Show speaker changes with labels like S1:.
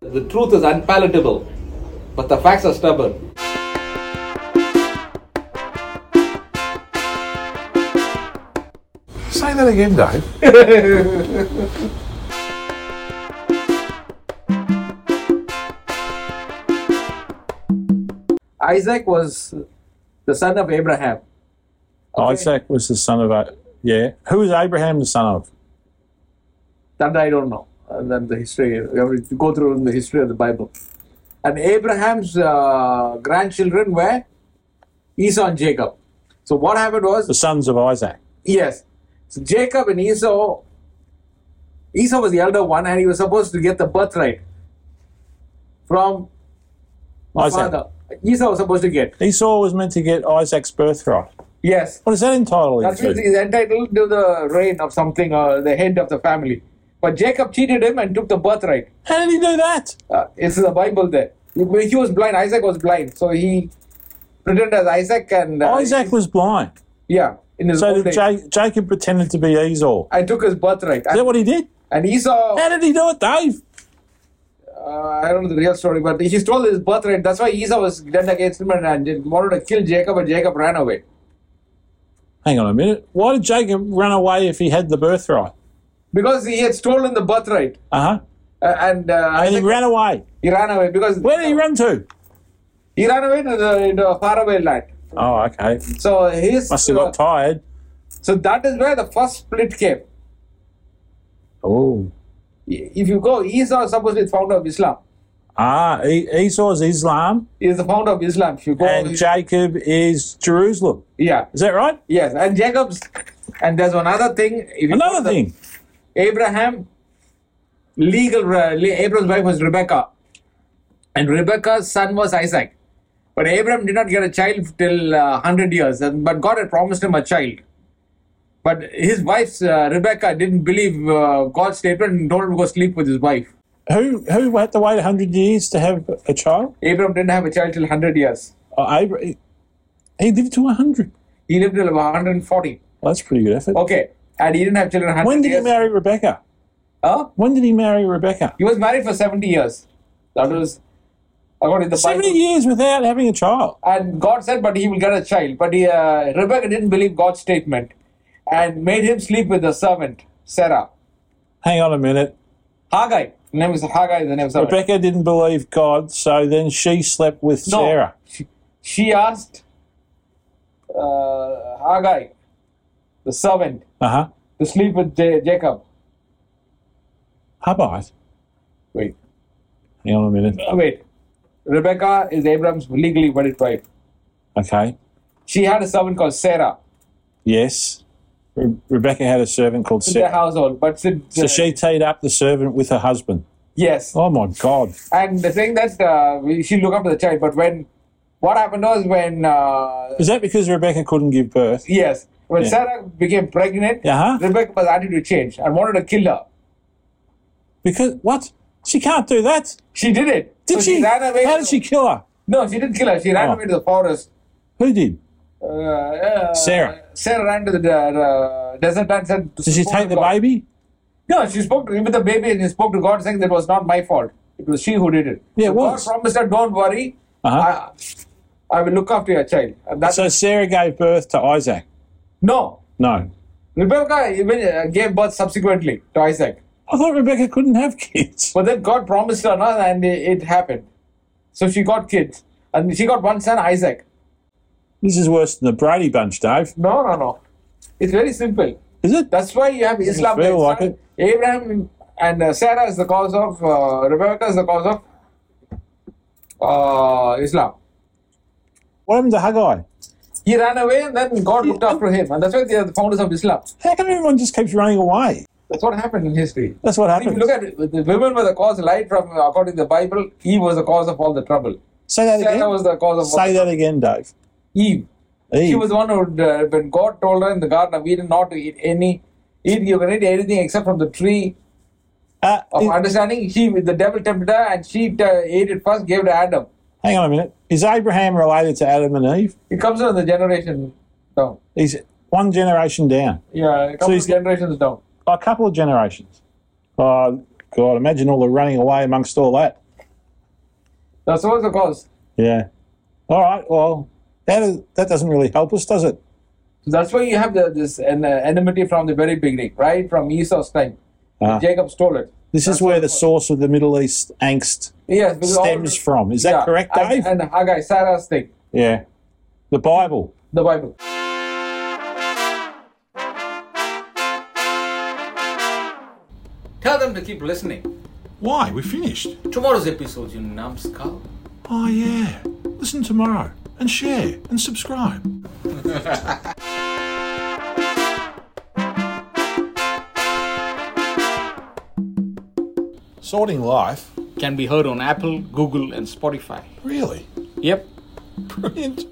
S1: The truth is unpalatable, but the facts are stubborn.
S2: Say that again, Dave.
S1: Isaac was the son of Abraham. Okay.
S2: Isaac was the son of a yeah. Who was Abraham the son of?
S1: That I don't know. And then the history, we have to go through in the history of the Bible. And Abraham's uh, grandchildren were Esau and Jacob. So what happened was
S2: The sons of Isaac.
S1: Yes. So Jacob and Esau, Esau was the elder one and he was supposed to get the birthright from the
S2: Isaac.
S1: father. Esau was supposed to get.
S2: Esau was meant to get Isaac's birthright.
S1: Yes.
S2: What is that entitled
S1: That means
S2: to?
S1: he's entitled to the reign of something or the head of the family. But Jacob cheated him and took the birthright.
S2: How did he do that?
S1: Uh, it's in the Bible there. He he was blind. Isaac was blind. So he pretended as Isaac and. uh,
S2: Isaac was blind,
S1: Yeah. In his
S2: so
S1: old age.
S2: that Ja- Jacob pretended to be Esau.
S1: I took his birthright.
S2: Is that
S1: And,
S2: what he did?
S1: and Esau.
S2: How did he do it, Dave?
S1: uh, I don't know the real story, but he stole his birthright. That's why Esau was dead against him and, and wanted to kill Jacob, and Jacob ran away.
S2: Hang on a minute. Why did Jacob run away if he had the birthright?
S1: Because he had stolen the birthright.
S2: Uh huh.
S1: Uh, and uh,
S2: And he
S1: Isaac-
S2: ran away.
S1: he ran away because.
S2: Where did he run to?
S1: He ran away to the, into a faraway land.
S2: Oh, okay.
S1: So his.
S2: Must have
S1: uh,
S2: got tired.
S1: so that is where the first split came.
S2: Oh.
S1: I- If you go, Esau is supposed to be the founder of Islam.
S2: Ah, E- Esau is Islam
S1: He is the founder of Islam. If you go,
S2: and Jacob is Jerusalem.
S1: yeah,
S2: Is that right?
S1: yes, and Jacob's, and there's another thing. If you go
S2: Another
S1: the-
S2: thing.
S1: Abraham, legal, uh, le- Abraham's wife was Rebecca, and Rebecca's son was Isaac. But Abraham did not get a child till uh, 100 years, and, but God had promised him a child. But his wife's uh, Rebecca didn't believe uh, God's statement and told him to go sleep with his wife.
S2: Who who had to wait 100 years to have a child?
S1: Abraham didn't have a child till 100 years.
S2: Oh, Abra- he- he lived to 100.
S1: He lived till about 140.
S2: Well, that's pretty good effort.
S1: Okay, and he didn't have children. 100
S2: When did he
S1: years.
S2: marry Rebecca?
S1: Huh?
S2: When did he marry Rebecca?
S1: He was married for 70 years. That was according to the
S2: 70
S1: Bible.
S2: years without having a child.
S1: And God said, but he will get a child. But he, uh, Rebecca didn't believe God's statement and made him sleep with the servant, Sarah.
S2: Hang on a minute.
S1: Haggai. The name is Haggai, the name of servant.
S2: Rebecca didn't believe God, so then she slept with
S1: No.
S2: Sarah.
S1: She, she asked uh, Haggai, the servant,
S2: Uh huh.
S1: to sleep with Ja- Jacob.
S2: Hubbard.
S1: Wait,
S2: Hang on a minute.
S1: uh, wait. Rebecca is Abraham's legally wedded wife.
S2: Okay.
S1: She had a servant called Sarah
S2: Yes. Re- Rebecca had a servant called
S1: in their
S2: Sarah.
S1: household. But since,
S2: So she teed up the servant with her husband.
S1: yes.
S2: Oh my God.
S1: And the thing that uh, we- she look after the child, but when what happened was when uh,
S2: Is that because Rebecca couldn't give birth?
S1: yes, when
S2: Yeah.
S1: Sarah became pregnant,
S2: Uh huh.
S1: Rebecca's attitude changed and wanted to kill her.
S2: Because what? She can't do that.
S1: She did it.
S2: Did
S1: So
S2: she?
S1: ran away.
S2: How
S1: to-
S2: did she kill her?
S1: No, she didn't kill her. She ran
S2: Oh.
S1: away to the forest.
S2: Who did?
S1: Uh, uh,
S2: Sarah.
S1: Sarah ran to the de- uh, desert and said.
S2: Did she take the baby?
S1: No, she spoke to him with the baby and she spoke to God, saying that was not my fault. It was she who did it.
S2: Yeah, it
S1: so
S2: was.
S1: God promised her, "Don't worry,
S2: Uh
S1: I, I will look after your child." And
S2: huh.
S1: that's
S2: So Sarah gave birth to Isaac.
S1: no.
S2: No.
S1: Rebecca even uh, gave birth subsequently to Isaac.
S2: I thought Rebecca couldn't have kids.
S1: But then God promised her another and it, it happened. So she got kids. And she got one son, Isaac.
S2: This is worse than the Brady Bunch, Dave.
S1: No, no, no. It's very simple.
S2: Is it?
S1: That's why you have Islam.
S2: feel
S1: Islam.
S2: like it.
S1: Abraham and uh, Sarah is the cause of, uh, Rebecca is the cause of uh, Islam.
S2: What happened to Haggai?
S1: He ran away and then God looked after him. And that's why they are the founders of Islam.
S2: How come everyone just keeps running away?
S1: That's what happened in history.
S2: That's what
S1: If you
S2: happened.
S1: look at it, the women were the cause, light from according to the Bible, he was the cause of all the trouble.
S2: Say that
S1: Sarah
S2: again.
S1: was the cause of
S2: Say that again, Dave.
S1: Eve. She
S2: Eve.
S1: was the one who, uh, when God told her in the Garden of Eden not to eat any, eat you can eat anything except from the tree
S2: Uh,
S1: of
S2: i-
S1: understanding. She, the devil tempted her, and she uh, ate it first, gave it to Adam.
S2: hang on a minute. Is Abraham related to Adam and Eve?
S1: It comes down the generation down.
S2: He's one generation down,
S1: Yeah, it comes
S2: he's-
S1: so generations down.
S2: a couple of generations. Oh God! Imagine all the running away amongst all that.
S1: Now, so what's the cause?
S2: Yeah. All right. Well, that is, that doesn't really help us, does it?
S1: So that's why you have the, this en- uh, enmity from the very beginning, right? From Esau's time.
S2: Ah.
S1: Jacob stole it.
S2: This is
S1: That's
S2: where
S1: what-
S2: the source of the Middle East angst
S1: Yes. because all-
S2: stems from. Is that
S1: Yeah,
S2: correct,
S1: and-
S2: Dave?
S1: And Haggai, Sarah's thing,
S2: yeah. The Bible.
S1: the Bible.
S3: Tell them to keep listening.
S4: Why? We finished.
S3: Tomorrow's episode, you numbskull.
S4: Oh, yeah. Listen tomorrow and share and subscribe. Sorting life?
S3: Can be heard on Apple, Google, and Spotify.
S4: Really?
S3: Yep.
S4: Brilliant.